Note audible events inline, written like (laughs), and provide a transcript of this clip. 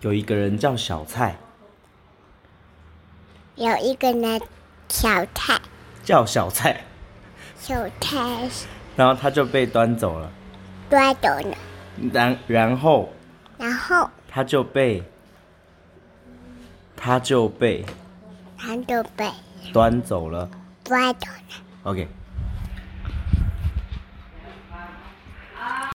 有一个人叫小蔡，有一个呢，小太叫小蔡， (laughs) 小太然后他就被端走了，抓走了，然然后然后他就被他就被他就被端走了。抓走了。 OK，